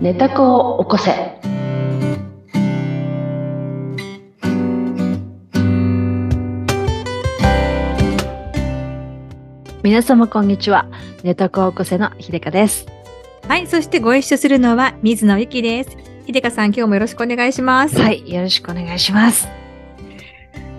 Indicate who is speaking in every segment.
Speaker 1: 寝た子を起こせ。皆様こんにちは。寝た子を起こせの秀香です。
Speaker 2: はい、そしてご一緒するのは水野ゆきです。ひでかさん、今日もよろしくお願いします。
Speaker 1: はい、よろしくお願いします。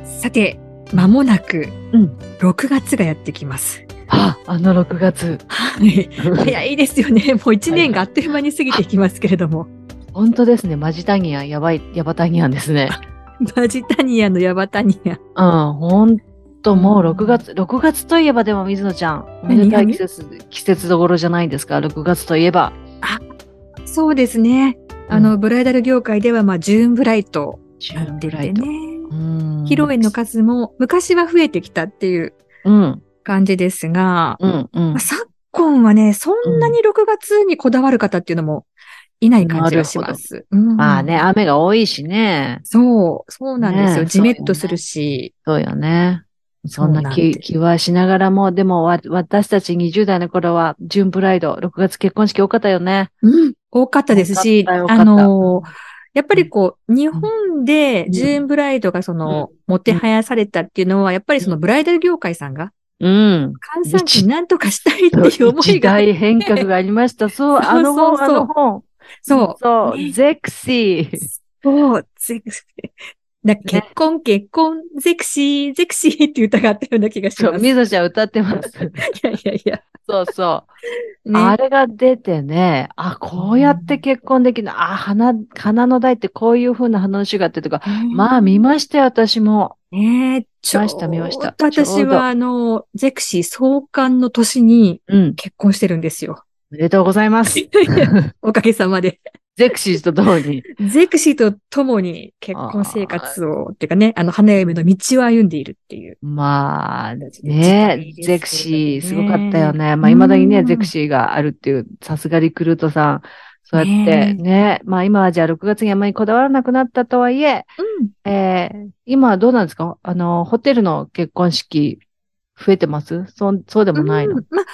Speaker 2: さて、まもなく、
Speaker 1: うん
Speaker 2: 6月がやってきます。
Speaker 1: あ、あの6月。
Speaker 2: はい、早いですよ ね。もう1年があっという間に過ぎていきますけれども。
Speaker 1: 本当ですね。マジタニアン、やばい、ヤバタニアンですね。
Speaker 2: バジタニアのヤバタニア。
Speaker 1: うん、ほんともう6月、6月といえばでも水野ちゃん、おめでたい季節、季節どころじゃないですか。6月といえば。
Speaker 2: そうですね。あの、ブライダル業界では、まあ、ジューンブライト
Speaker 1: ジュ
Speaker 2: な
Speaker 1: ーン
Speaker 2: ん
Speaker 1: ブ
Speaker 2: て
Speaker 1: ラ
Speaker 2: 言
Speaker 1: イ
Speaker 2: って
Speaker 1: ト。
Speaker 2: ね。
Speaker 1: うん
Speaker 2: 披露宴の数も昔は増えてきたっていう
Speaker 1: うん、
Speaker 2: 感じですが、
Speaker 1: うん、うん
Speaker 2: まあ。昨今はね、そんなに6月にこだわる方っていうのもいない感じがします。うん
Speaker 1: まあね、雨が多いしね。
Speaker 2: そう、そうなんです
Speaker 1: ね
Speaker 2: よ。
Speaker 1: え
Speaker 2: じめっとするし。
Speaker 1: そうよね。そ
Speaker 2: うんな
Speaker 1: なん
Speaker 2: です
Speaker 1: 気気はしながらも、でもわ私たち20代の頃は、ジュンプライド、6月結婚式多かったよね。
Speaker 2: うん多かったですし、
Speaker 1: 多かった
Speaker 2: あのー、やっぱりこう、日本で
Speaker 1: うん
Speaker 2: ジューンブライドがその、もてはやされたっていうのは、やっぱりそのブライダル業界さんが、
Speaker 1: うん。
Speaker 2: 換算期なんとかしたいっていう 思い
Speaker 1: 時
Speaker 2: が、
Speaker 1: 代変革がありました。そう、あの
Speaker 2: そ
Speaker 1: 本、
Speaker 2: うそう
Speaker 1: あ
Speaker 2: そう
Speaker 1: の本。
Speaker 2: そう、
Speaker 1: そう、ゼクシ ー。
Speaker 2: そう、ゼクシー。な結婚、結婚、ゼクシー、ゼクシーっていう歌があったような気がし
Speaker 1: そ
Speaker 2: ま
Speaker 1: う、
Speaker 2: す。
Speaker 1: みぞちゃん歌ってます。
Speaker 2: いやいやいや。
Speaker 1: そうそう。
Speaker 2: ね
Speaker 1: あれが出てね、あ、こうやって結婚できるの。あ、花、花の台ってこういう風な花の種があってとか。まあ、見ましたよ、私も。
Speaker 2: ねえ、ちょ
Speaker 1: ました見ました
Speaker 2: っと
Speaker 1: ちょ
Speaker 2: 私
Speaker 1: うど
Speaker 2: は、あの、ゼクシー創刊の年に
Speaker 1: うん。
Speaker 2: 結婚してるんですよ。
Speaker 1: おめでとうございます。
Speaker 2: おかげさまで。
Speaker 1: ゼクシーととも に。
Speaker 2: ゼクシーと共に結婚生活を、っていうかね、あの、花嫁の道を歩んでいるっていう。
Speaker 1: まあ、
Speaker 2: 時代
Speaker 1: ね
Speaker 2: ですよね
Speaker 1: ゼクシー、すごかったよね。まあ、未だにね、
Speaker 2: うん
Speaker 1: ゼクシーがあるっていう、さすがリクルートさん。そうやってね、
Speaker 2: ね
Speaker 1: まあ今はじゃあ6月にあんまりこだわらなくなったとはいえ、
Speaker 2: うん。
Speaker 1: えー今はどうなんですかあの、ホテルの結婚式、増えてますそ、うそうでもないの。
Speaker 2: うんまあ、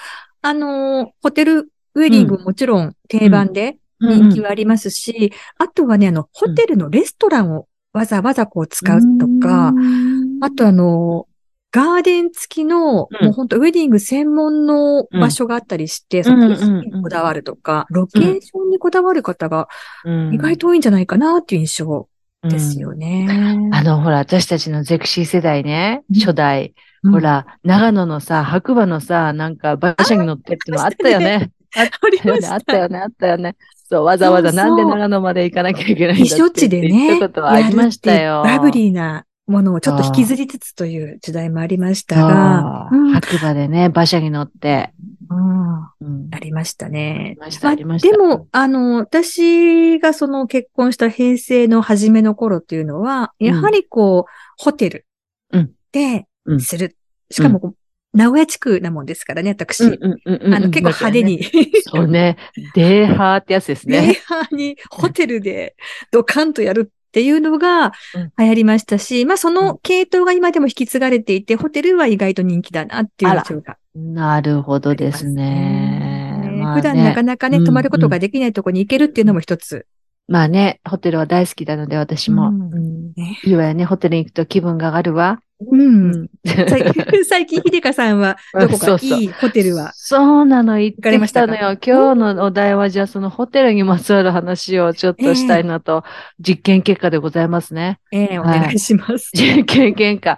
Speaker 2: あのーホテルウェディングももちろん定番で人気はありますし、あとはね、あの、ホテルのレストランをわざわざこう使うとか、
Speaker 1: うん
Speaker 2: あとあの、ガーデン付きの、
Speaker 1: うん
Speaker 2: もう本当ウェディング専門の場所があったりして、そ
Speaker 1: うん
Speaker 2: こにこだわるとか、ロケーションにこだわる方が
Speaker 1: うん
Speaker 2: 意外と多いんじゃないかなっていう印象ですよね。
Speaker 1: あの、ほら、私たちのゼクシー世代ね、
Speaker 2: うん
Speaker 1: 初代、
Speaker 2: うん
Speaker 1: ほ、ら、長野のさ、白馬のさ、なんか、馬車に乗ってってのあったよ ね。
Speaker 2: ありまし
Speaker 1: あ
Speaker 2: た
Speaker 1: ったよね、あったよね。そう、わざわざ
Speaker 2: そうそう
Speaker 1: なんで長野まで行かなきゃいけないんだ
Speaker 2: 避暑地で
Speaker 1: って言っ
Speaker 2: ね、
Speaker 1: たことはありました
Speaker 2: やる
Speaker 1: よ。
Speaker 2: っていうラブリーなものをちょっと引きずりつつという時代もありましたが
Speaker 1: あ、
Speaker 2: う
Speaker 1: ー
Speaker 2: ん
Speaker 1: 白馬でね、馬車に乗って。
Speaker 2: うん
Speaker 1: うん
Speaker 2: ありましたね。
Speaker 1: ありましたありました
Speaker 2: でも、あの、私がその結婚した平成の初めの頃っていうのは、
Speaker 1: うん
Speaker 2: やはりこう、ホテル
Speaker 1: うん
Speaker 2: で
Speaker 1: うん
Speaker 2: する。しかもこう、名古屋地区なもんですからね、私。
Speaker 1: うんうんうんうん
Speaker 2: あの、結構派手。に、
Speaker 1: そう ね、デーハーってやつです
Speaker 2: レイ
Speaker 1: ね。
Speaker 2: ハーにホテルでドカンとやるっていうのが
Speaker 1: うん
Speaker 2: 流行りましたし、まあそうの系統が今でも引き継がれていて、ホテルは意外と人気だなっていう状況が
Speaker 1: なるほどですね。
Speaker 2: ね
Speaker 1: まあね
Speaker 2: 普段なかなかね、
Speaker 1: うん
Speaker 2: 泊まることができないところに行けるっていうのも一つ。
Speaker 1: まあね、ホテルは大好きなので、私も。
Speaker 2: うん
Speaker 1: うん
Speaker 2: ね
Speaker 1: いいわよね、ホテルに行くと気分が上がるわ。
Speaker 2: うん。最近、 最近、ひでかさんは、どこ
Speaker 1: そう
Speaker 2: か
Speaker 1: そう
Speaker 2: いいホテルは。
Speaker 1: そうなの、行っ
Speaker 2: か
Speaker 1: て
Speaker 2: れま
Speaker 1: き
Speaker 2: した
Speaker 1: た
Speaker 2: か
Speaker 1: のよ。今日のお題は、じゃあそのホテルにまつわる話をちょっとしたいなと、実験結果でございますね。
Speaker 2: ええお願いします。
Speaker 1: 実験結果。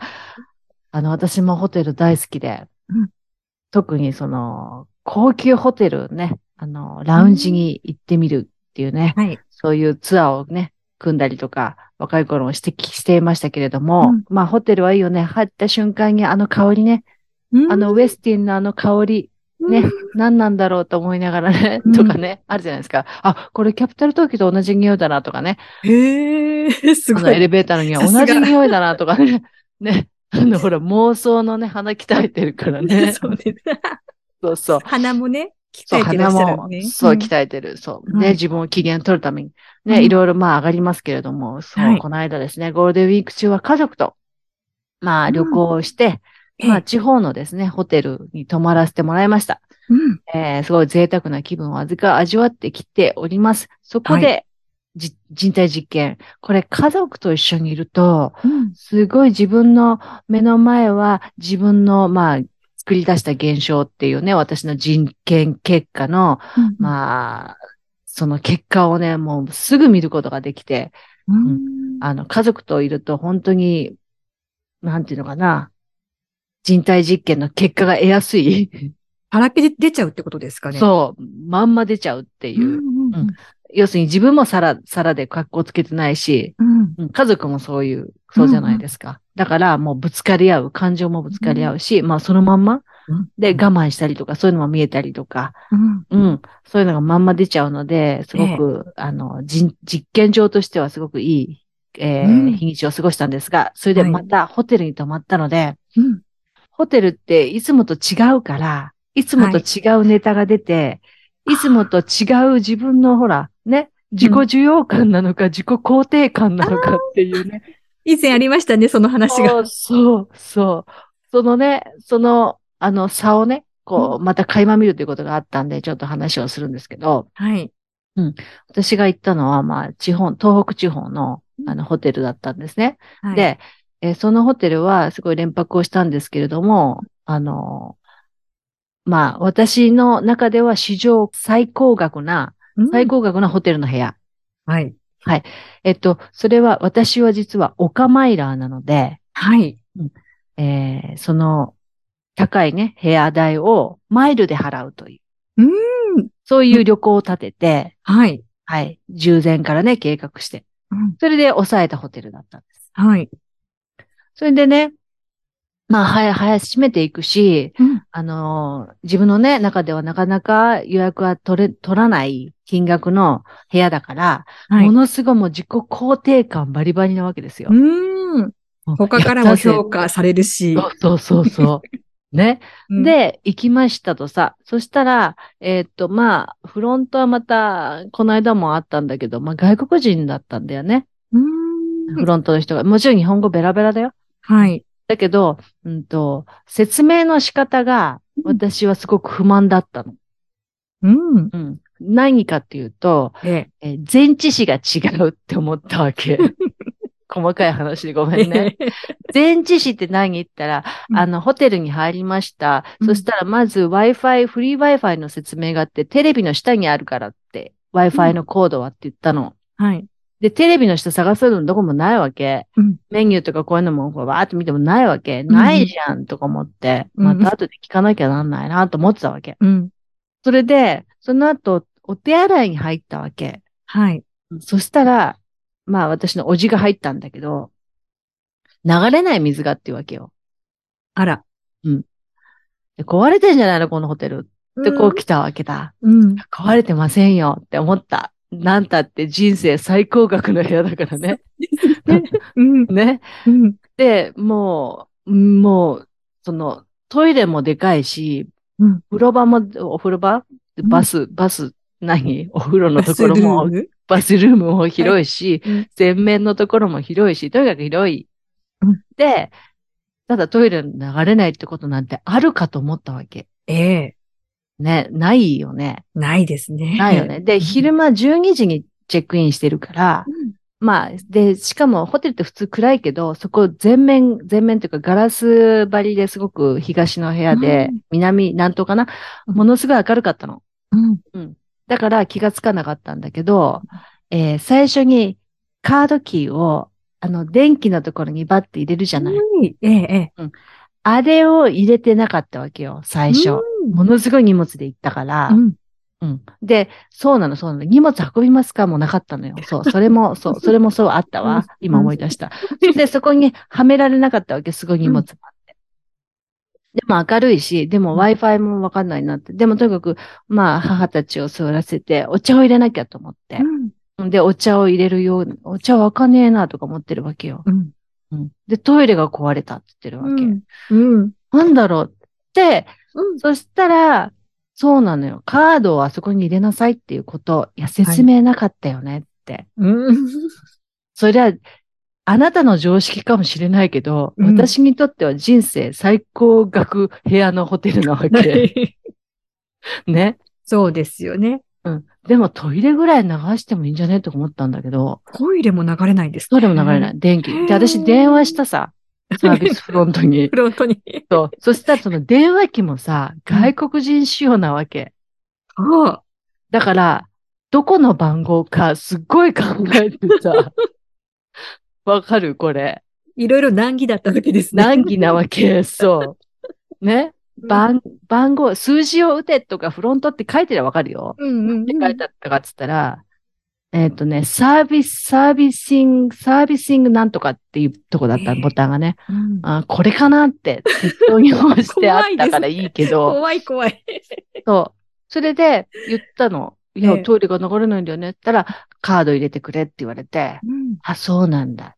Speaker 1: あの、私もホテル大好きで、
Speaker 2: うん
Speaker 1: 特にその、高級ホテルね、あの、ラウンジに行ってみるっていうね、
Speaker 2: はい。
Speaker 1: そういうツアーをね、組んだりとか、若い頃もしてきしていましたけれども、
Speaker 2: うん
Speaker 1: まあホテルはいいよね。入った瞬間にあの香りね、 あのウェスティンのあの香り、
Speaker 2: うん、
Speaker 1: ね、何なんだろうと思いながらね
Speaker 2: う、ん
Speaker 1: とかね、あるじゃないですか。あ、これキャピタル東京と同じ匂いだなとかね、
Speaker 2: へえ、 す
Speaker 1: あ
Speaker 2: ご
Speaker 1: のエレ
Speaker 2: い。
Speaker 1: ベーターの匂い
Speaker 2: さす
Speaker 1: 同
Speaker 2: が
Speaker 1: じ匂いだなとかね、ね、あのほら妄想のね、鼻鍛えてるからね。
Speaker 2: そうね。
Speaker 1: そうそう。
Speaker 2: 鼻もね、
Speaker 1: そう、
Speaker 2: 鍛えて
Speaker 1: 鼻
Speaker 2: らっしゃる
Speaker 1: も
Speaker 2: のね。、
Speaker 1: そう、
Speaker 2: ん
Speaker 1: 鍛えてる。そう。
Speaker 2: は
Speaker 1: ね、
Speaker 2: い
Speaker 1: 自分を機嫌取るために。
Speaker 2: う
Speaker 1: ね、
Speaker 2: ん
Speaker 1: いろいろまあ上がりますけれども、そ
Speaker 2: は
Speaker 1: う、
Speaker 2: い
Speaker 1: この間ですね、ゴールデンウィーク中は家族と、まあ
Speaker 2: うん
Speaker 1: 旅行をして、
Speaker 2: ええ
Speaker 1: まあ地方のですね、ホテルに泊まらせてもらいました。
Speaker 2: うん。
Speaker 1: えーすごい贅沢な気分を味が味わってきております。そこで、じ人体実験。これ家族と一緒にいると、
Speaker 2: うん。
Speaker 1: すごい自分の目の前は自分の、まあ、作り出した現象っていうね、私の人権結果の、
Speaker 2: まあ、
Speaker 1: まあ、その結果をね、もうすぐ見ることができて、
Speaker 2: うん。
Speaker 1: あの、家族といると本当に、なんていうのかな、人体実験の結果が得やすい。
Speaker 2: 腹っきり出ちゃうってことですかね。
Speaker 1: そう、まんま出ちゃうっていう。
Speaker 2: うん。うん。
Speaker 1: 要するに自分も皿、皿で格好つけてないし、
Speaker 2: うん。
Speaker 1: うん家族もそういう、そうじゃないですか。だからもうぶつかり合う、感情もぶつかり合うし、まあそのまんま
Speaker 2: うん
Speaker 1: で我慢したりとか、そういうのも見えたりとか、
Speaker 2: うん。
Speaker 1: うん、そういうのがまんま出ちゃうので、すごく、あの、じ実験場としてはすごくいい、えー
Speaker 2: うん
Speaker 1: 日にちを過ごしたんですが、それで
Speaker 2: はい
Speaker 1: またホテルに泊まったので、
Speaker 2: うん。
Speaker 1: ホテルっていつもと違うから、いつもと違うネタが出て、い、つもと違う自分のほら、ね、自己需要感なのか、自己肯定感なのかっていうね。
Speaker 2: 以前ありましたね、その話が。
Speaker 1: そうそう、そう。そのね、その、あの、差をね、こう、また垣間見るということがあったんで、ちょっと話をするんですけど、
Speaker 2: はい。
Speaker 1: 私が行ったのは、まあ、地方、東北地方の、あの、ホテルだったんですね。
Speaker 2: はい、
Speaker 1: で、えーそのホテルはすごい連泊をしたんですけれども、あのーまあ、私の中では史上最高額な、
Speaker 2: うん
Speaker 1: 最。高額なホテルの部屋。
Speaker 2: はい。
Speaker 1: えっと、それは私は実はオカマイラーなので、
Speaker 2: はい。
Speaker 1: えーその高いね、部屋代をマイルで払うという。
Speaker 2: うん
Speaker 1: そういう旅行を立てて、
Speaker 2: はい。
Speaker 1: はい、従前からね、計画して。
Speaker 2: うん
Speaker 1: それで抑えたホテルだったんです。
Speaker 2: はい。
Speaker 1: それでね、まあ、早、早閉めていくし、
Speaker 2: うん
Speaker 1: あのー、自分のね、中ではなかなか予約は取れ、取らない金額の部屋だから、
Speaker 2: はい
Speaker 1: も。のすごいもう自己肯定感バリバリなわけですよ。
Speaker 2: うん。他からも評価されるし。
Speaker 1: 価。そうそう そう。ね。
Speaker 2: うん、
Speaker 1: で、行きましたとさ、そしたら、えーっと、まあ、フロントはまた、この間もあったんだけど、まあ、外国人だったんだよね。
Speaker 2: うん
Speaker 1: フロントの人が。もちろん日本語ベラベラだよ。
Speaker 2: はい。
Speaker 1: だけど、うんと、説明の仕方が
Speaker 2: うん
Speaker 1: 私はすごく不満だったの。
Speaker 2: うん。
Speaker 1: うん。何かっていうと、
Speaker 2: で、
Speaker 1: えー前置詞が違うって思ったわ け。細かい話でごめんね。前置詞って何言ったら、
Speaker 2: うん
Speaker 1: あの、ホテルに入りました。
Speaker 2: うん
Speaker 1: そしたら、まず Wi-Fi、フリー Wi-Fi の説明があって、テレビの下にあるからって、Wi-Fi のコードはって言ったの。
Speaker 2: はい。
Speaker 1: で、テレビの下探すのどこもないわけ。
Speaker 2: うん
Speaker 1: メニューとかこういうのもこうわーって見てもないわけ。
Speaker 2: ん
Speaker 1: ないじゃんとか思って、
Speaker 2: うん
Speaker 1: また後で聞かなきゃなんないなと思ってたわけ。
Speaker 2: うん。
Speaker 1: それで、その後、お手洗いに入ったわけ。
Speaker 2: はい。
Speaker 1: そしたら、まあ私のおじが入ったんだけど、流れない水がっていうわけよ。
Speaker 2: あら。
Speaker 1: で壊れてんじゃないのこのホテルってこう
Speaker 2: き
Speaker 1: 来たわけだ。
Speaker 2: うん。
Speaker 1: 壊れてませんよって思った。なんたって人生最高額の部屋だから ね。
Speaker 2: うん。
Speaker 1: ね。
Speaker 2: うん。
Speaker 1: で、もう、もう、その、トイレもでかいし、
Speaker 2: うん
Speaker 1: 風呂場も、お風呂場
Speaker 2: ん
Speaker 1: バス、バス、何お風呂のところも、
Speaker 2: バ
Speaker 1: バスルームも広いし、
Speaker 2: スルーム
Speaker 1: 洗面のところも広いし、とにかく広い。
Speaker 2: うん
Speaker 1: で、ただトイレに流れないってことなんてあるかと思ったわけ。
Speaker 2: ええ。
Speaker 1: ね、ないよね。
Speaker 2: ないですね。
Speaker 1: ないよね。で、昼間12時にチェックインしてるから、
Speaker 2: うん。
Speaker 1: まあ、で、しかもホテルって普通暗いけど、そこ全面、全面というかガラス張りですごく東の部屋で
Speaker 2: うん、
Speaker 1: 南、南東かなものすごい明るかったの。
Speaker 2: うん。
Speaker 1: だから気がつかなかったんだけど、えー最初にカードキーを、あの、電気のところにバッて入れるじゃない。
Speaker 2: はい。ええ、ええ。
Speaker 1: あれを入れてなかったわけよ、最初。
Speaker 2: うん
Speaker 1: ものすごい荷物で行ったから。
Speaker 2: うん。
Speaker 1: うん。で、そうなの、そうなの。荷物運びますかもうなかったのよ。そう、それ も、そう、それもそうあった
Speaker 2: うん
Speaker 1: わ。今思い出した。で、そこにはめられなかったわけ、すごい荷物もあって。でも明るいし、でも Wi-Fi もわかんないなって。でもとにかく、まあ、母たちを座らせて、お茶を入れなきゃと思って。で、お茶を入れるよう、お茶わかねえなとか思ってるわけよ。
Speaker 2: うん。
Speaker 1: うん。で、トイレが壊れたって言ってるわ
Speaker 2: う
Speaker 1: け。
Speaker 2: ん。うん。
Speaker 1: なんだろうって、
Speaker 2: うん。
Speaker 1: そしたら、そうなのよ。カードをあそこに入れなさいっていうこと。いや、説明なかったよねって。
Speaker 2: うん。
Speaker 1: そりゃ、あなたの常識かもしれないけど、
Speaker 2: うん
Speaker 1: 私にとっては人生最高額部屋のホテルなわけ。ね。
Speaker 2: そうですよね。
Speaker 1: うん。でもトイレぐらい流してもいいんじゃねとか思ったんだけど、
Speaker 2: トイレも流れないんです。
Speaker 1: トイレも流れないい。電気
Speaker 2: へ。ー
Speaker 1: で、私電話したさ、サービスフロントに
Speaker 2: フ。ロントに。
Speaker 1: そう。 そしたらその電話機もさ、外国人仕様なわけ。
Speaker 2: ああ。
Speaker 1: だから、どこの番号かすっごい考えて さ、わかるこれ。
Speaker 2: いろいろ難儀だったわけですね。
Speaker 1: 難儀なわけ。そう。ね。番、番号、数字を打てとかフロントって書いてりゃわかるよ。
Speaker 2: うんうん
Speaker 1: って書いてあったかっつったら、えっ、とね、サービス、サービシング、サービシングなんとかっていうとこだった、
Speaker 2: えー
Speaker 1: ボタンがね。
Speaker 2: うん
Speaker 1: あこれかなって、適当に押してあったからいいけど、
Speaker 2: 怖い怖い。
Speaker 1: そう。それで言ったの。いや、
Speaker 2: ええ
Speaker 1: トイレが流れないんだよね。ったら、カード入れてくれって言われて、あ、そうなんだっ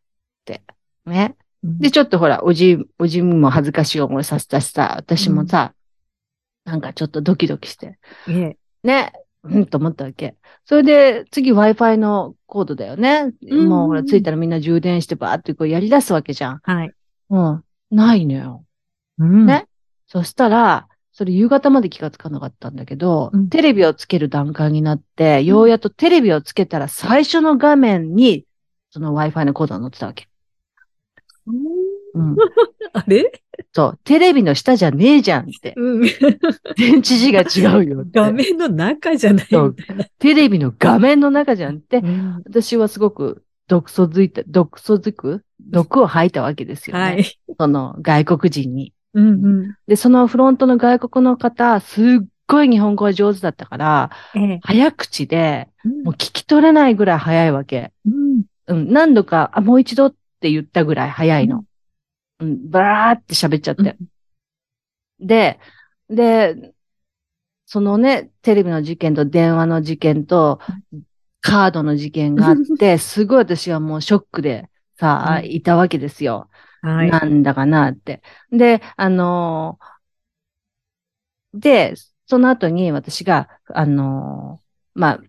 Speaker 1: て。ね。で、ちょっとほら、おじ、おじみも恥ずかしい思いさせたしさ、私もさ、なんかちょっとドキドキして、
Speaker 2: え
Speaker 1: ね、うんと思ったわけ。それで、次 Wi-Fi のコードだよね。
Speaker 2: うん
Speaker 1: もうほら、着いたらみんな充電してバーってこうやり出すわけじゃん。
Speaker 2: はい。
Speaker 1: うん。ないのよ。ねそしたら、それ夕方まで気がつかなかったんだけど、
Speaker 2: うん
Speaker 1: テレビをつける段階になって、ようやっとテレビをつけたら最初の画面に、その Wi-Fi のコードが載ってたわけ。うん。
Speaker 2: あれ
Speaker 1: そう、テレビの下じゃねえじゃんって。
Speaker 2: うん。
Speaker 1: 電池字が違うよって。
Speaker 2: 画面の中じゃない
Speaker 1: そ
Speaker 2: み
Speaker 1: う
Speaker 2: たいな。
Speaker 1: テレビの画面の中じゃんって、
Speaker 2: うん
Speaker 1: 私はすごく毒素づいた、毒素づく毒を吐いたわけですよね。
Speaker 2: はい。
Speaker 1: その外国人に。
Speaker 2: うんうん。
Speaker 1: で、そのフロントの外国の方、すっごい日本語が上手だったから、
Speaker 2: ええ。
Speaker 1: 早口で、
Speaker 2: うん
Speaker 1: もう聞き取れないぐらい早いわけ。
Speaker 2: うん
Speaker 1: うん、何度か、あ、もう一度って言ったぐらい早いの。うん、バーって喋っちゃって。で、で、そのね、テレビの事件と電話の事件と、カードの事件があ って、すごい私はもうショックでさ、
Speaker 2: うん
Speaker 1: いたわけですよ。
Speaker 2: はい。
Speaker 1: なんだかなって。で、あのーで、その後に私が、あのーまあ、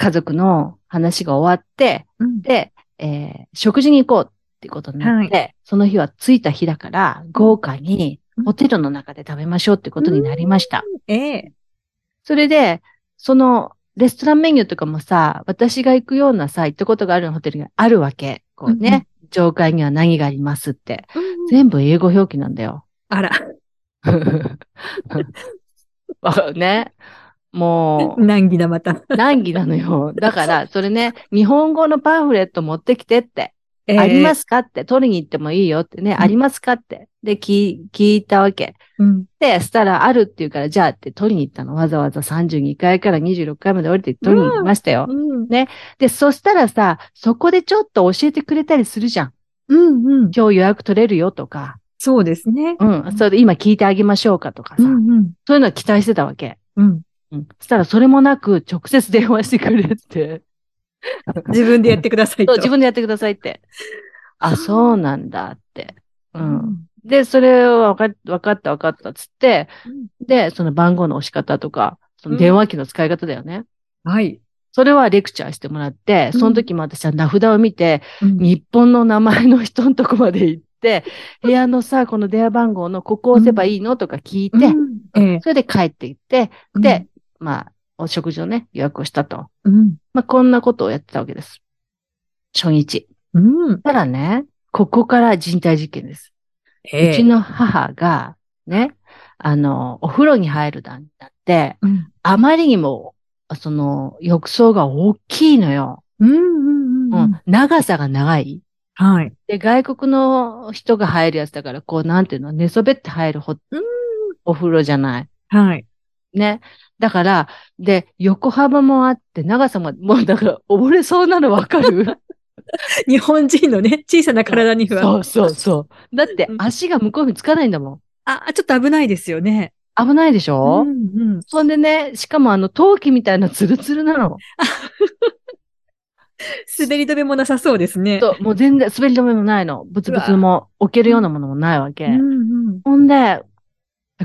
Speaker 1: 家族の話が終わって、
Speaker 2: うん
Speaker 1: で、えー食事に行こうってことになって、その日は着いた日だから、豪華に
Speaker 2: うん
Speaker 1: ホテルの中で食べましょうってことになりました。
Speaker 2: ええ。
Speaker 1: それで、そのレストランメニューとかもさ、私が行くようなさ、行ったことがあるホテルがあるわけ。こうね、上階には何がありますって。全部英語表記なんだよ。
Speaker 2: あら、
Speaker 1: わかるね。もう、
Speaker 2: 難儀だまた。。
Speaker 1: 難儀なのよ。だから、それね、日本語のパンフレット持ってきてって。ありますすかって、取りに行ってもいいよってね、ありますかって。で、聞い、聞いたわけ。
Speaker 2: うん。
Speaker 1: で、したら、あるって言うから、じゃあって取りに行ったの。わざわざ32階から26階まで降りて取りに行きましたよ。
Speaker 2: うん。
Speaker 1: で、そしたらさ、そこでちょっと教えてくれたりするじゃん。
Speaker 2: うんうん。
Speaker 1: 今日予約取れるよとか、
Speaker 2: そうですね。
Speaker 1: うん、それで今聞いてあげましょうかとかさ、
Speaker 2: うん
Speaker 1: そういうのを期待してたわけ。
Speaker 2: うん。うん。
Speaker 1: うん。そしたら、それもなく、直接電話してくれっ て。
Speaker 2: 自分でやってください
Speaker 1: そ
Speaker 2: と。
Speaker 1: う、自分でやってくださいって。あ、そうなんだって。うん。
Speaker 2: ん。
Speaker 1: で、それは分か分かった分かったっつって
Speaker 2: うん、
Speaker 1: で、その番号の押し方とか、その
Speaker 2: うん
Speaker 1: 電話機の使い方だよね。
Speaker 2: はい。
Speaker 1: それはレクチャーしてもらって、
Speaker 2: うん
Speaker 1: その時も私は名札を見て、
Speaker 2: うん
Speaker 1: 日本の名前の人のとこまで行って、部屋のさ、この電話番号のここ押せばいいのとか聞いて、
Speaker 2: うんええ。
Speaker 1: それで帰って行って、で、まあ、お食事のね、予約をしたと。
Speaker 2: うん。
Speaker 1: まあ、こんなことをやってたわけです。初日。
Speaker 2: うん。
Speaker 1: ただね、ここから人体実験です。
Speaker 2: え
Speaker 1: うちの母が、ね、あの、お風呂に入る段になって、
Speaker 2: うん。
Speaker 1: あまりにも、その、浴槽が大きいのよ。
Speaker 2: うんうんうん。
Speaker 1: うん。長さが長い。
Speaker 2: はい。
Speaker 1: で、外国の人が入るやつだから、こう、なんていうの、寝そべって入るほ、お風呂じゃない。
Speaker 2: はい。
Speaker 1: ね。だから、で、横幅もあって、長さも、もうだから、溺れそうなのわか る
Speaker 2: 日本人のね、小さな体には。
Speaker 1: そうそうそう。だって
Speaker 2: う、ん
Speaker 1: 足が向こうにつかないんだもん。
Speaker 2: あ、ちょっと危ないですよね。
Speaker 1: 危ないでしょ、
Speaker 2: うんうん。
Speaker 1: ほんでね、しかもあの、陶器みたいなツルツルなの。
Speaker 2: 滑り止めもなさそうですね。
Speaker 1: そう、もう全然滑り止めもないの。ブツブツも置けるようなものもないわけ。
Speaker 2: うん
Speaker 1: ほんで、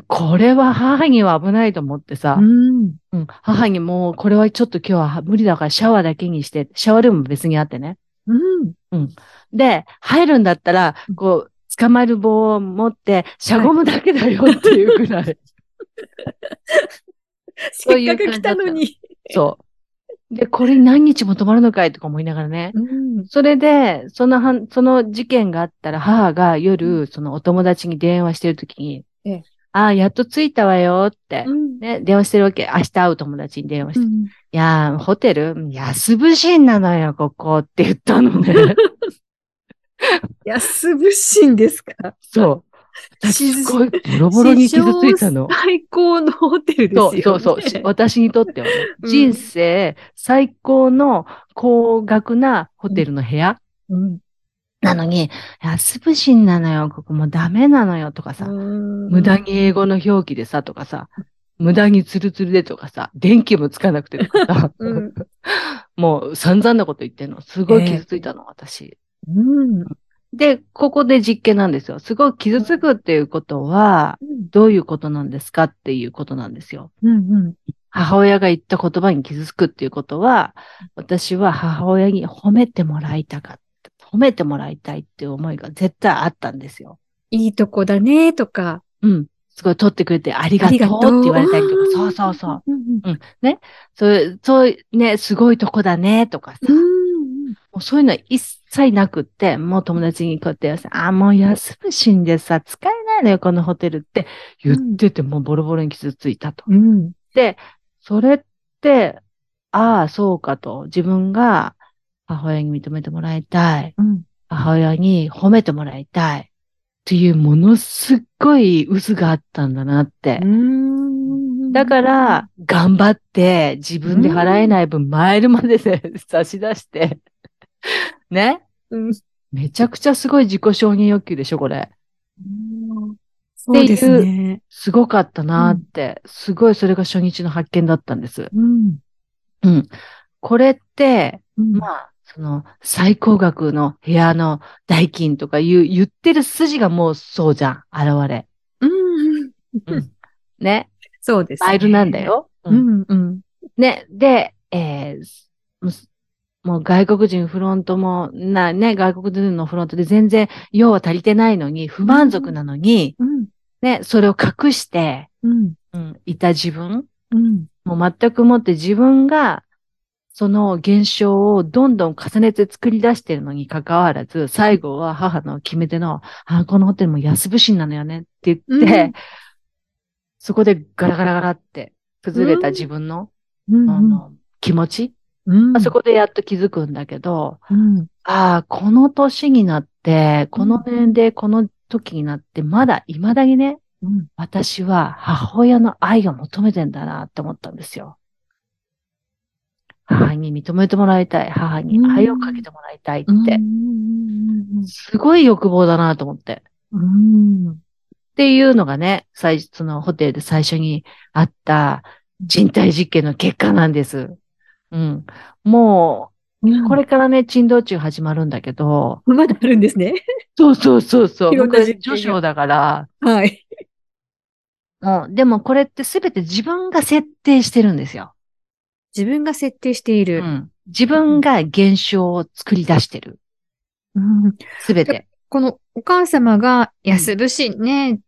Speaker 1: これは母には危ないと思ってさ
Speaker 2: う、ん。
Speaker 1: うん母にもうこれはちょっと今日は無理だからシャワーだけにして、シャワールームも別にあってね。
Speaker 2: うん。
Speaker 1: で、入るんだったら、こう、捕まえる棒を持って、しゃがむだけだよっていうぐらい。そうい
Speaker 2: せ
Speaker 1: う
Speaker 2: っかく来たのに。
Speaker 1: そう。で、これ何日も泊まるのかいとか思いながらね。
Speaker 2: うん
Speaker 1: それで、そのはん、その事件があったら、母が夜、そのお友達に電話してるときに
Speaker 2: ええ、
Speaker 1: ああ、やっと着いたわよって、
Speaker 2: うん
Speaker 1: ね、電話してるわけ。明日会う友達に電話し
Speaker 2: う
Speaker 1: て。い
Speaker 2: ん
Speaker 1: やー、ホテルうん安伏しなのよ、ここって言ったのね。
Speaker 2: 安物心ですか
Speaker 1: そう。私すごいボロボロに傷ついたの
Speaker 2: 史。上最高のホテルですよ
Speaker 1: そ
Speaker 2: ね。
Speaker 1: うそうそう。し私にとってはね、
Speaker 2: うん
Speaker 1: 人生最高の高額なホテルの部屋
Speaker 2: うん。
Speaker 1: なのに、安不信なのよ、ここもうダメなのよとかさ、無
Speaker 2: 無
Speaker 1: 駄に英語の表記でさとかさ、無駄にツルツルでとかさ、電気もつかなくてとかさ、
Speaker 2: うん
Speaker 1: もう散々なこと言ってんの。すごい
Speaker 2: ええ
Speaker 1: 傷ついたの、私。
Speaker 2: うん。
Speaker 1: で、ここで実験なんですよ。すごい傷つくっていうことは、
Speaker 2: うん。
Speaker 1: どういうことなんですかっていうことなんですよ。
Speaker 2: うん。
Speaker 1: 母親が言った言葉に傷つくっていうことは、私は母親に褒めてもらいたかった。褒めてもらいたいっていう思いが絶対あったんですよ。
Speaker 2: いいとこだね、とか。
Speaker 1: うん。すごい取ってくれてありがとうって言われたりとか、そうそうそう。
Speaker 2: うん。うん
Speaker 1: そう、そう、ね、すごいとこだねとかさ。
Speaker 2: う
Speaker 1: も
Speaker 2: ん。
Speaker 1: うそういうのは一切なくって、もう友達にこうやって言わせて、あ、もう安く死んでさ、使えないのよ、このホテルって言ってて、もうボロボロに傷ついたと。
Speaker 2: うん。
Speaker 1: それって、ああ、そうかと。自分が母親に認めてもらいたい。
Speaker 2: うん。
Speaker 1: 母親に褒めてもらいたい。っていうものすっごい渦があったんだなって。
Speaker 2: うん
Speaker 1: だか、ら、頑張って、自分で払えない分、マイルまでで差し出して。ね
Speaker 2: うん。
Speaker 1: めちゃくちゃすごい自己承認欲求でしょ、これ。
Speaker 2: そうですね。
Speaker 1: すごかったなって、すごいそれが初日の発見だったんです。
Speaker 2: うん。
Speaker 1: うん。これって、
Speaker 2: うん
Speaker 1: まあ、その、最高額の部屋の代金とかいう、言ってる筋がもうそうじゃん、現れ。
Speaker 2: うん。
Speaker 1: ね。
Speaker 2: そうですね。
Speaker 1: マイルなんだよ。
Speaker 2: う
Speaker 1: うん
Speaker 2: ん。うん。
Speaker 1: ね。で、えーすもうすもう外国人フロントも、な、ね、外国人のフロントで全然用は足りてないのに、不満足なのに、
Speaker 2: うん。
Speaker 1: ね、それを隠して、
Speaker 2: うん。
Speaker 1: うん、いた自分、
Speaker 2: うん。
Speaker 1: もう全くもって自分が、その現象をどんどん重ねて作り出してるのに関わらず、最後は母の決め手の、あ、このホテルも安不信なのよねって言って、
Speaker 2: うん
Speaker 1: そこでガラガラガラって崩れた自分の,、
Speaker 2: うん
Speaker 1: あの気持ち、
Speaker 2: うん。
Speaker 1: あそこでやっと気づくんだけど、
Speaker 2: うん。
Speaker 1: ああ、この年になって、この年齢、この時になって、まだ未だにね、
Speaker 2: うん。
Speaker 1: 私は母親の愛を求めてんだなって思ったんですよ。母に認めてもらいたい。母に愛をかけてもらいたいって。すごい欲望だなと思って。
Speaker 2: うん。
Speaker 1: っていうのがね、最初、そのホテルで最初にあった人体実験の結果なんです。うん。もう、これからね、珍道中始まるんだけど、
Speaker 2: まだあるんです ね。
Speaker 1: そうそうそうそう。
Speaker 2: いろんな実験が
Speaker 1: 僕序章だから、
Speaker 2: はい。
Speaker 1: もう、でもこれってすべて自分が設定してるんですよ。
Speaker 2: 自分が設定している
Speaker 1: う。ん自分が現象を作り出してる。
Speaker 2: うん
Speaker 1: すべて。
Speaker 2: このお母様が安ぶしねっ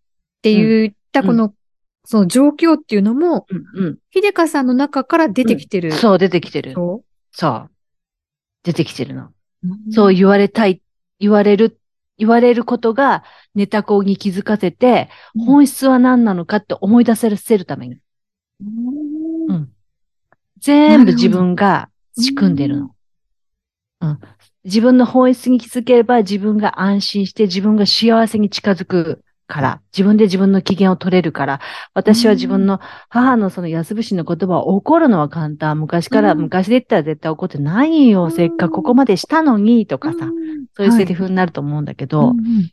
Speaker 2: て言ったこの、その状況っていうのも、
Speaker 1: うん
Speaker 2: 秀香さんの中から出てきて
Speaker 1: う
Speaker 2: る。
Speaker 1: ん、そう、出てきてる。
Speaker 2: そ
Speaker 1: そう。出てきてるの。
Speaker 2: う
Speaker 1: そう言われたい、言われる、言われることが、ネタコに気づかせて、
Speaker 2: うん
Speaker 1: 本質は何なのかって思い出せるために。
Speaker 2: うん
Speaker 1: うん全部自分が仕組んでるの。うん、自分の本質に気づければ自分が安心して自分が幸せに近づくから、自分で自分の機嫌を取れるから、私は自分の母のその安節の言葉を怒るのは簡単。昔から、
Speaker 2: うん
Speaker 1: 昔で言ったら絶対怒ってないよ。
Speaker 2: うん
Speaker 1: せっかくここまでしたのに、とかさ、そういうセリフになると思うんだけど、
Speaker 2: はいうん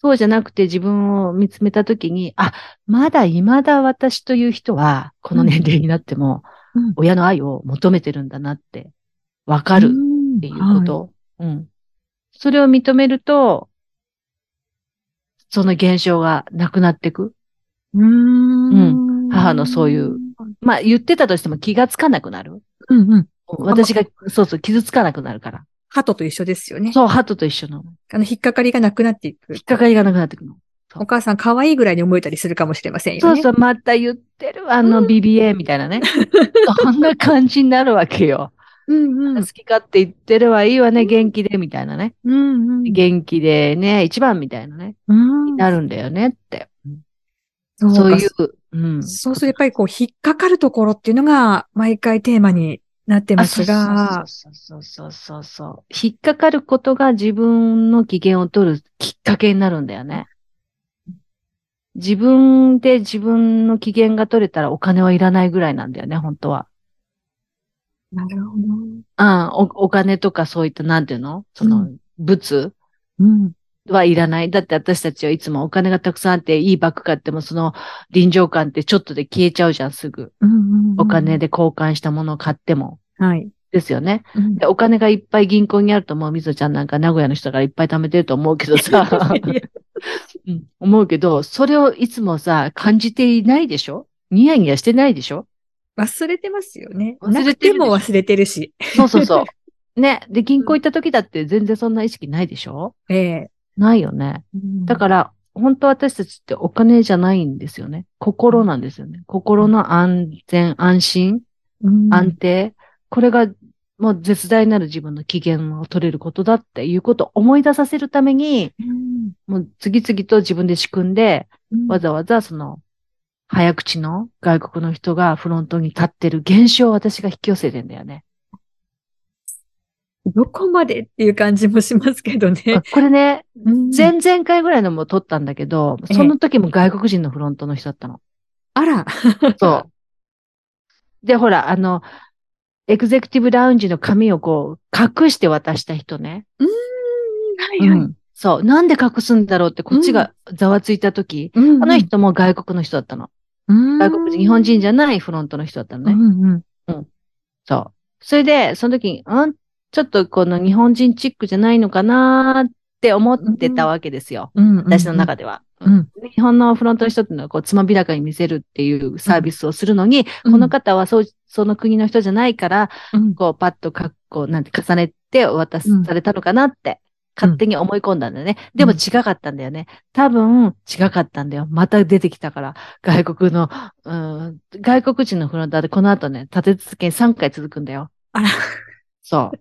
Speaker 1: そうじゃなくて自分を見つめたときに、あ、まだ未だ私という人は、この年齢になっても
Speaker 2: うん、
Speaker 1: 親の愛を求めてるんだなって、わかるっていうこ。
Speaker 2: ん
Speaker 1: と。うん。それを認めると、その現象がなくなっていく。
Speaker 2: はいうん
Speaker 1: 母のそういう。まあ言ってたとしても気がつかなくなる。
Speaker 2: うんうん。
Speaker 1: 私が、そうそう、傷つかなくなるから。
Speaker 2: 鳩と一緒ですよね。
Speaker 1: そう、ハトと一緒なの。
Speaker 2: あの、引っかかりがなくなっていく
Speaker 1: 引っ。かかりがなくなってくの。そう
Speaker 2: お母さん可愛いぐらいに思えたりするかもしれませんよ
Speaker 1: そう
Speaker 2: ね。
Speaker 1: そう、また言ってる、あの BBA みたいな ね。そんな感じになるわけよ。
Speaker 2: うんう
Speaker 1: 好
Speaker 2: ん。
Speaker 1: き勝手言ってるわ、いいわね、元気で、みたいなね。
Speaker 2: うんうん。
Speaker 1: 元気でね、一番みたいなね。
Speaker 2: うん
Speaker 1: なるんだよねって。
Speaker 2: そう
Speaker 1: そう
Speaker 2: か
Speaker 1: いう、うん。
Speaker 2: そうするとやっぱりこう、引っかかるところっていうのが、毎回テーマになってますが、
Speaker 1: そうそうそうそうそうそう。引っかかることが自分の機嫌を取るきっかけになるんだよね。自分で自分の機嫌が取れたらお金はいらないぐらいなんだよね、本当は。
Speaker 2: なるほど。
Speaker 1: うん、おお金とかそういった、なんていうのそうの、物
Speaker 2: うん。
Speaker 1: はいらない。だって私たちはいつもお金がたくさんあって、いいバッグ買ってもその臨場感ってちょっとで消えちゃうじゃん、すぐ。
Speaker 2: うんうんうん
Speaker 1: お金。で交換したものを買っても。
Speaker 2: はい。
Speaker 1: ですよね。
Speaker 2: うん
Speaker 1: でお金がいっぱい銀行にあると、もうみぞちゃんなんか名古屋の人からいっぱい貯めてると思うけど さ、うん思うけど、それをいつもさ、感じていないでしょニヤニヤしてないでしょ
Speaker 2: 忘れてますよね。
Speaker 1: 忘れてる
Speaker 2: な
Speaker 1: でしょ
Speaker 2: くても忘れてるし。
Speaker 1: そうそう そう。ね。で、銀行行った時だって全然そんな意識ないでしょ
Speaker 2: ええ。
Speaker 1: ないよね。だ
Speaker 2: ら、
Speaker 1: から、本当私たちってお金じゃないんですよね。心なんですよね。心の安全、安心、
Speaker 2: うん
Speaker 1: 安定。これが、もう絶大なる自分の機嫌を取れることだっていうことを思い出させるために、
Speaker 2: うん
Speaker 1: もう次々と自分で仕組んで、
Speaker 2: うん
Speaker 1: わざわざその、早口の外国の人がフロントに立ってる現象を私が引き寄せてんだよね。
Speaker 2: どこまでっていう感じもしますけどね。
Speaker 1: これね、
Speaker 2: うん
Speaker 1: 前々回ぐらいのも撮ったんだけど、
Speaker 2: ええ
Speaker 1: その時も外国人のフロントの人だったの。
Speaker 2: あら。
Speaker 1: そう。で、ほら、あの、エグゼクティブラウンジの紙をこう、隠して渡した人ね。
Speaker 2: うーん。はいはい。
Speaker 1: うんそう。なんで隠すんだろうって、こっちがざわついた時、
Speaker 2: うん
Speaker 1: あの、人も外国の人だったの。外国人、日本人じゃないフロントの人だったのね。
Speaker 2: ね。うんうん
Speaker 1: そう。それで、その時に、んちょっとこの日本人チックじゃないのかなーって思ってたわけですよ。
Speaker 2: うんうん。
Speaker 1: 私の中では。
Speaker 2: うん
Speaker 1: うん日本のフロントの人っていうのは、こう、つまびらかに見せるっていうサービスをするのに、
Speaker 2: うん
Speaker 1: この方はそう、その国の人じゃないから、
Speaker 2: うん
Speaker 1: こう、パッとかっこう、なんて重ねてお渡し
Speaker 2: うん
Speaker 1: されたのかなって、勝手に思い込んだんだよね。でも
Speaker 2: うん
Speaker 1: 違かったんだよね。多分、違かったんだよ。また出てきたから。外国の、うん、外国人のフロントでこの後ね、立て続けに3回続くんだよ。
Speaker 2: あら、
Speaker 1: そ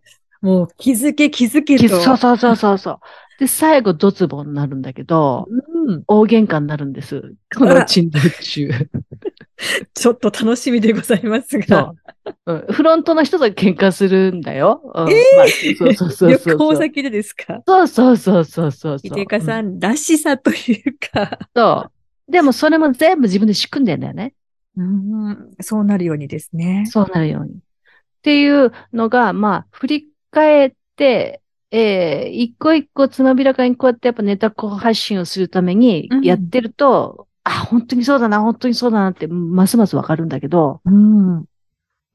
Speaker 1: う。
Speaker 2: もう気づけ気づけと。
Speaker 1: そうそうそうそうそう。で、最後、ドツボになるんだけど、
Speaker 2: うん。
Speaker 1: 大喧嘩になるんです。この沈道中。
Speaker 2: ちょっと楽しみでございます
Speaker 1: そ
Speaker 2: が。
Speaker 1: う。 うんフロントの人と喧嘩するんだよ。うん
Speaker 2: ええ
Speaker 1: まあそうそうそうそうそう。
Speaker 2: 旅行先でですか
Speaker 1: そうそうそうそうそうそう。
Speaker 2: 伊手カさ
Speaker 1: うん
Speaker 2: んらしさというか、
Speaker 1: と、でもそれも全部自分で仕組んでんだよね。
Speaker 2: うんそうなるようにですね。
Speaker 1: そうなるように。っていうのが、まあ、振り返って、えー一個一個つまびらかにこうやってやっぱネタ発信をするために
Speaker 2: うん
Speaker 1: やってると、あ、本当にそうだな、本当にそうだなって、ますますわかるんだけど、
Speaker 2: うん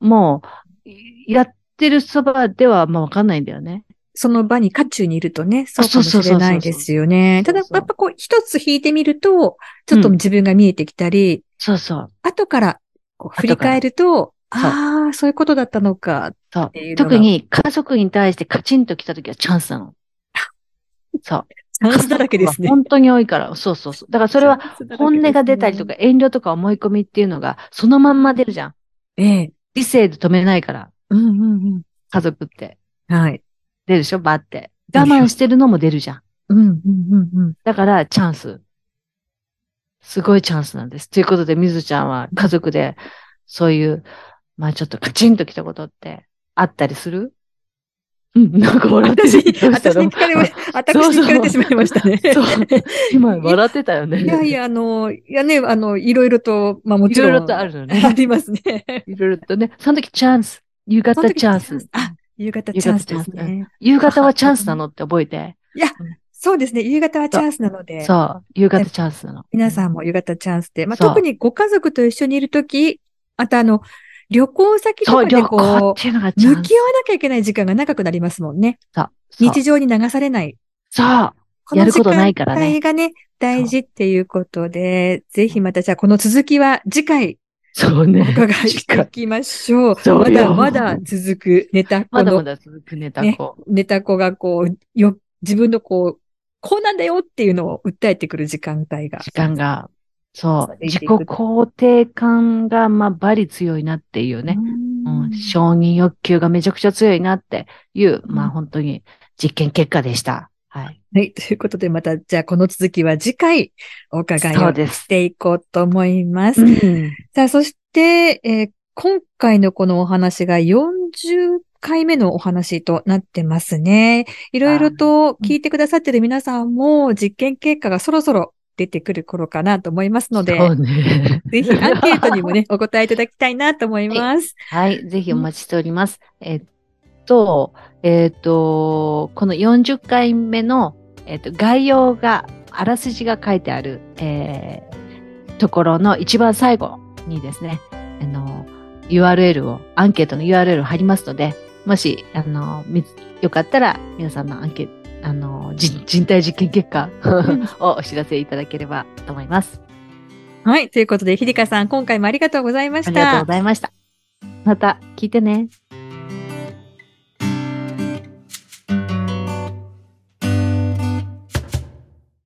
Speaker 1: もう、いやってるそばでは、まあ、わかんないんだよね。
Speaker 2: その場に渦中にいるとね、そうか
Speaker 1: そう
Speaker 2: も
Speaker 1: そう
Speaker 2: し
Speaker 1: そうそう
Speaker 2: れないですよね。ただ、
Speaker 1: そうそう
Speaker 2: やっぱこう、一つ引いてみると、ちょっと
Speaker 1: うん
Speaker 2: 自分が見えてきたり、
Speaker 1: そうそう。
Speaker 2: 後からこう振り
Speaker 1: 後から
Speaker 2: 返ると、
Speaker 1: そう
Speaker 2: ああ、そういうことだったのかっ
Speaker 1: そう
Speaker 2: ていうのが。
Speaker 1: 特に家族に対してカチンと来た時はチャンスなの。そう。
Speaker 2: チャンスだらけですね。
Speaker 1: 本当に多いから。そうそうそう。だからそれは本音が出たりと
Speaker 2: か。
Speaker 1: か遠慮とか思い込みっていうのがそのまんま出るじゃん。
Speaker 2: ええ。
Speaker 1: 理性で止めないから、
Speaker 2: うんうん
Speaker 1: 家族って。
Speaker 2: うん。はい。
Speaker 1: 出るでしょバーって。
Speaker 2: 出
Speaker 1: 我
Speaker 2: るよ
Speaker 1: 慢してるのも出るじゃん。
Speaker 2: うんうんうんうん。
Speaker 1: だからチャンス。すごいチャンスなんです。ということで、みずちゃんは家族でそういう、まあちょっとカチンときたことってあったりするうん、なんか笑ってる
Speaker 2: 私、
Speaker 1: どうした
Speaker 2: 私
Speaker 1: の
Speaker 2: に聞 かれま、私に聞かれてしまいましたね。
Speaker 1: そう今笑ってたよね。
Speaker 2: いやいや、あの、いやね、あの、いろいろと、まあも
Speaker 1: い
Speaker 2: ちろ
Speaker 1: ろ
Speaker 2: ん。
Speaker 1: いろとあるの
Speaker 2: あ
Speaker 1: ね。
Speaker 2: りますね。
Speaker 1: いろいろとね。その時チャンス。夕
Speaker 2: そ
Speaker 1: 方
Speaker 2: の時
Speaker 1: チャンス。
Speaker 2: あ、夕方チャンスです
Speaker 1: 夕方チャ
Speaker 2: ね。
Speaker 1: 夕方はチャンスなのって覚えて。
Speaker 2: そうですね。夕方はチャンスなので、
Speaker 1: そう。夕方チャンスなの。
Speaker 2: 皆さんも夕方チャンスで、まあ
Speaker 1: そう
Speaker 2: 特にご家族と一緒にいるとき、あとあの、旅行先と
Speaker 1: そう、
Speaker 2: かで
Speaker 1: 旅行っ
Speaker 2: こう、
Speaker 1: ていうのがチャンス。
Speaker 2: 向き合わなきゃいけない時間が長くなりますもんね。
Speaker 1: そう
Speaker 2: 日常に流されない。
Speaker 1: そう。
Speaker 2: この
Speaker 1: やることないからね
Speaker 2: 時間帯がね、大事っていうことで、ぜひまたじゃあこの続きは次回
Speaker 1: そう
Speaker 2: お
Speaker 1: ね。
Speaker 2: 伺いしていきましょう。
Speaker 1: そう
Speaker 2: まだ
Speaker 1: よ
Speaker 2: まだ続くネタ、
Speaker 1: まだま
Speaker 2: の
Speaker 1: だ続くネタ
Speaker 2: ね
Speaker 1: こう。
Speaker 2: ネタ子がこう、よ、自分のこう、こうなんだよっていうのを訴えてくる時間帯が。
Speaker 1: 時間が、そう、
Speaker 2: 続い
Speaker 1: 自己
Speaker 2: ていく
Speaker 1: 肯定感が、まあ、バリ強いなっていうね、
Speaker 2: うん。
Speaker 1: うん、承認欲求がめちゃくちゃ強いなっていう、
Speaker 2: うん
Speaker 1: まあ、本当に実験結果でした。はい。
Speaker 2: はい。ということで、また、じゃあこの続きは次回お伺い
Speaker 1: そう
Speaker 2: を
Speaker 1: です
Speaker 2: し。ていこうと思います。
Speaker 1: うん
Speaker 2: さあ、そして、えー今回のこのお話が40回目のお話となってますね。いろいろと聞いてくださってる皆さんも実験結果がそろそろ出てくる頃かなと思いますので、
Speaker 1: そうね。
Speaker 2: ぜひアンケートにもね、お答えいただきたいなと思います。
Speaker 1: はい、ぜひお待ちしております。えっと、えっと、この40回目の、えっと、概要が、あらすじが書いてある、えーところの一番最後にですね、あの、URL を、アンケートの URL を貼りますので、もし、あの、みよかったら、皆さんのアンケート、あの、じ人体実験結果 をお知らせいただければと思います。
Speaker 2: はい。ということで、ひりかさん、今回もありがとうございま
Speaker 1: あ
Speaker 2: し
Speaker 1: りがとう
Speaker 2: た
Speaker 1: ご。ざいました。また聞いてね。